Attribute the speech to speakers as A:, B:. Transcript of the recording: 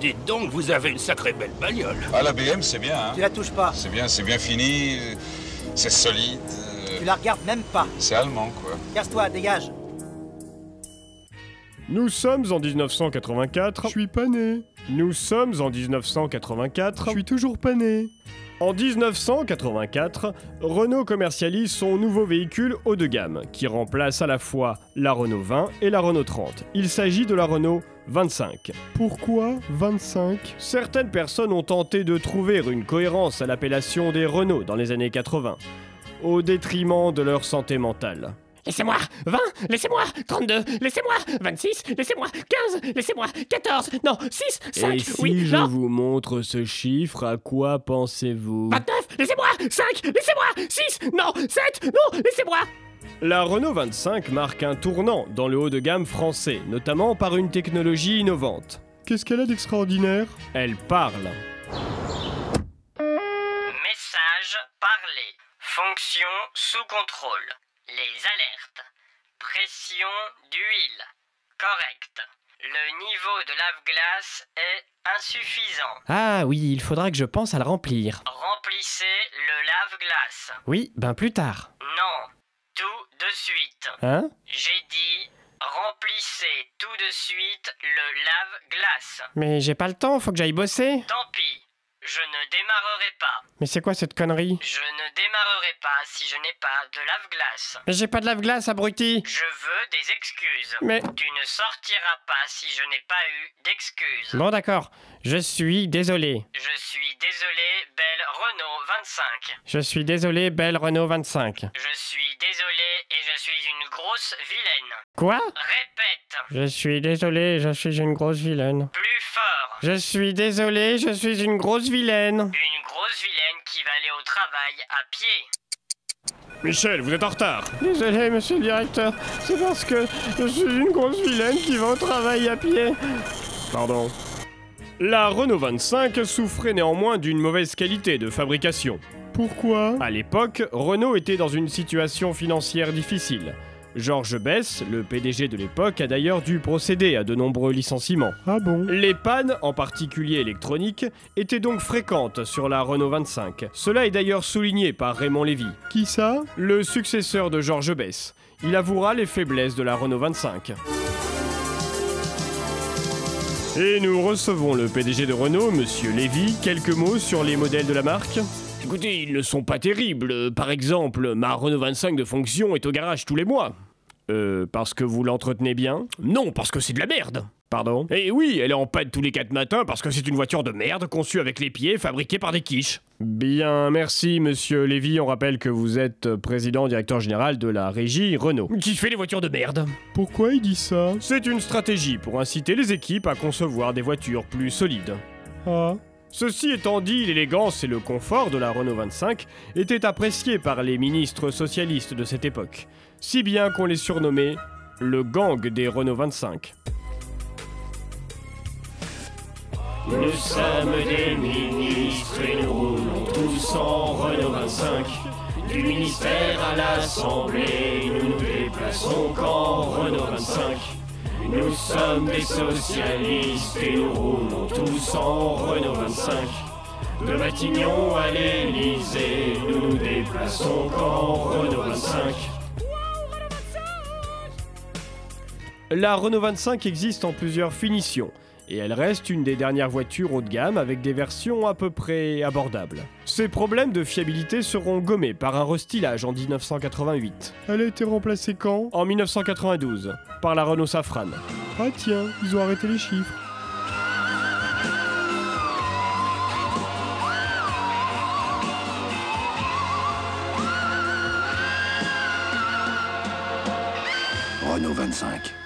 A: Dites donc, vous avez une sacrée belle bagnole.
B: Ah, la BM, c'est bien, hein
C: Tu la touches pas.
B: C'est bien, c'est bien fini, euh, c'est solide, euh,
C: Tu la regardes même pas.
B: c'est allemand, quoi.
C: Casse-toi, dégage.
D: Nous sommes en 1984.
E: Je suis pas né.
D: Nous sommes en 1984.
E: Je suis toujours pas né.
D: En 1984, Renault commercialise son nouveau véhicule haut de gamme, qui remplace à la fois la Renault 20 et la Renault 30. Il s'agit de la Renault 25.
E: Pourquoi 25
D: Certaines personnes ont tenté de trouver une cohérence à l'appellation des Renault dans les années 80, au détriment de leur santé mentale.
F: Laissez-moi 20, laissez-moi 32, laissez-moi 26, laissez-moi 15, laissez-moi 14, non, 6, 5,
D: Et si
F: oui,
D: je
F: non,
D: vous montre ce chiffre, à quoi pensez-vous
F: 29, laissez-moi 5, laissez-moi 6, non, 7, non, laissez-moi
D: La Renault 25 marque un tournant dans le haut de gamme français, notamment par une technologie innovante.
E: Qu'est-ce qu'elle a d'extraordinaire
D: Elle parle.
G: Message parlé. Fonction sous contrôle. Les alertes. Pression d'huile. Correct. Le niveau de lave-glace est insuffisant.
F: Ah oui, il faudra que je pense à le remplir.
G: Remplissez le lave-glace.
F: Oui, ben plus tard.
G: Non. Tout de suite.
F: Hein
G: J'ai dit remplissez tout de suite le lave-glace.
F: Mais j'ai pas le temps, faut que j'aille bosser.
G: Tant pis. Je ne démarrerai pas.
F: Mais c'est quoi cette connerie
G: Je ne démarrerai pas si je n'ai pas de lave-glace.
F: Mais j'ai pas de lave-glace, abruti
G: Je veux des excuses.
F: Mais...
G: Tu ne sortiras pas si je n'ai pas eu d'excuses.
F: Bon d'accord, je suis désolé.
G: Je suis désolé, belle Renault 25.
F: Je suis désolé, belle Renault 25.
G: Je suis désolé et je suis une grosse vilaine.
F: Quoi
G: Répète,
F: Je suis désolé, je suis une grosse vilaine.
G: plus fort.
F: Je suis désolé, je suis une grosse vilaine.
G: Une grosse vilaine qui va aller au travail à pied.
D: Michel, vous êtes en retard
F: Désolé, monsieur le directeur, c'est parce que je suis une grosse vilaine qui va au travail à pied.
D: Pardon. La Renault 25 souffrait néanmoins d'une mauvaise qualité de fabrication.
E: Pourquoi
D: À l'époque, Renault était dans une situation financière difficile. Georges Bess, le PDG de l'époque, a d'ailleurs dû procéder à de nombreux licenciements.
E: Ah bon
D: Les pannes, en particulier électroniques, étaient donc fréquentes sur la Renault 25. Cela est d'ailleurs souligné par Raymond Lévy,
E: Qui ça
D: le successeur de Georges Bess. Il avouera les faiblesses de la Renault 25. Et nous recevons le PDG de Renault, Monsieur Lévy, quelques mots sur les modèles de la marque. Écoutez, ils ne sont pas terribles. Euh, Par exemple, ma Renault 25 de fonction est au garage tous les mois. Euh, parce que vous l'entretenez bien Non, parce que c'est de la merde. Pardon Eh oui, elle est en panne tous les 4 matins parce que c'est une voiture de merde conçue avec les pieds et fabriquée par des quiches. Bien, merci monsieur Lévy. On rappelle que vous êtes président directeur général de la régie Renault. Qui fait les voitures de merde
E: Pourquoi il dit ça
D: C'est une stratégie pour inciter les équipes à concevoir des voitures plus solides.
E: Ah,
D: Ceci étant dit, l'élégance et le confort de la Renault 25 étaient appréciés par les ministres socialistes de cette époque, si bien qu'on les surnommait le gang des Renault 25. Nous sommes des ministres et nous roulons tous en Renault 25. Du ministère à l'Assemblée, nous nous déplaçons qu'en Renault 25. Nous sommes des socialistes et nous roulons tous en Renault 25. De Matignon à l'Élysée, nous nous déplaçons qu'en Renault 25. La Renault 25 existe en plusieurs finitions et elle reste une des dernières voitures haut de gamme avec des versions à peu près abordables. Ces problèmes de fiabilité seront gommés par un restylage en 1988.
E: elle a été remplacée quand
D: En 1992, par la Renault Safran.
E: Ah tiens, ils ont arrêté les chiffres.
H: Renault 25.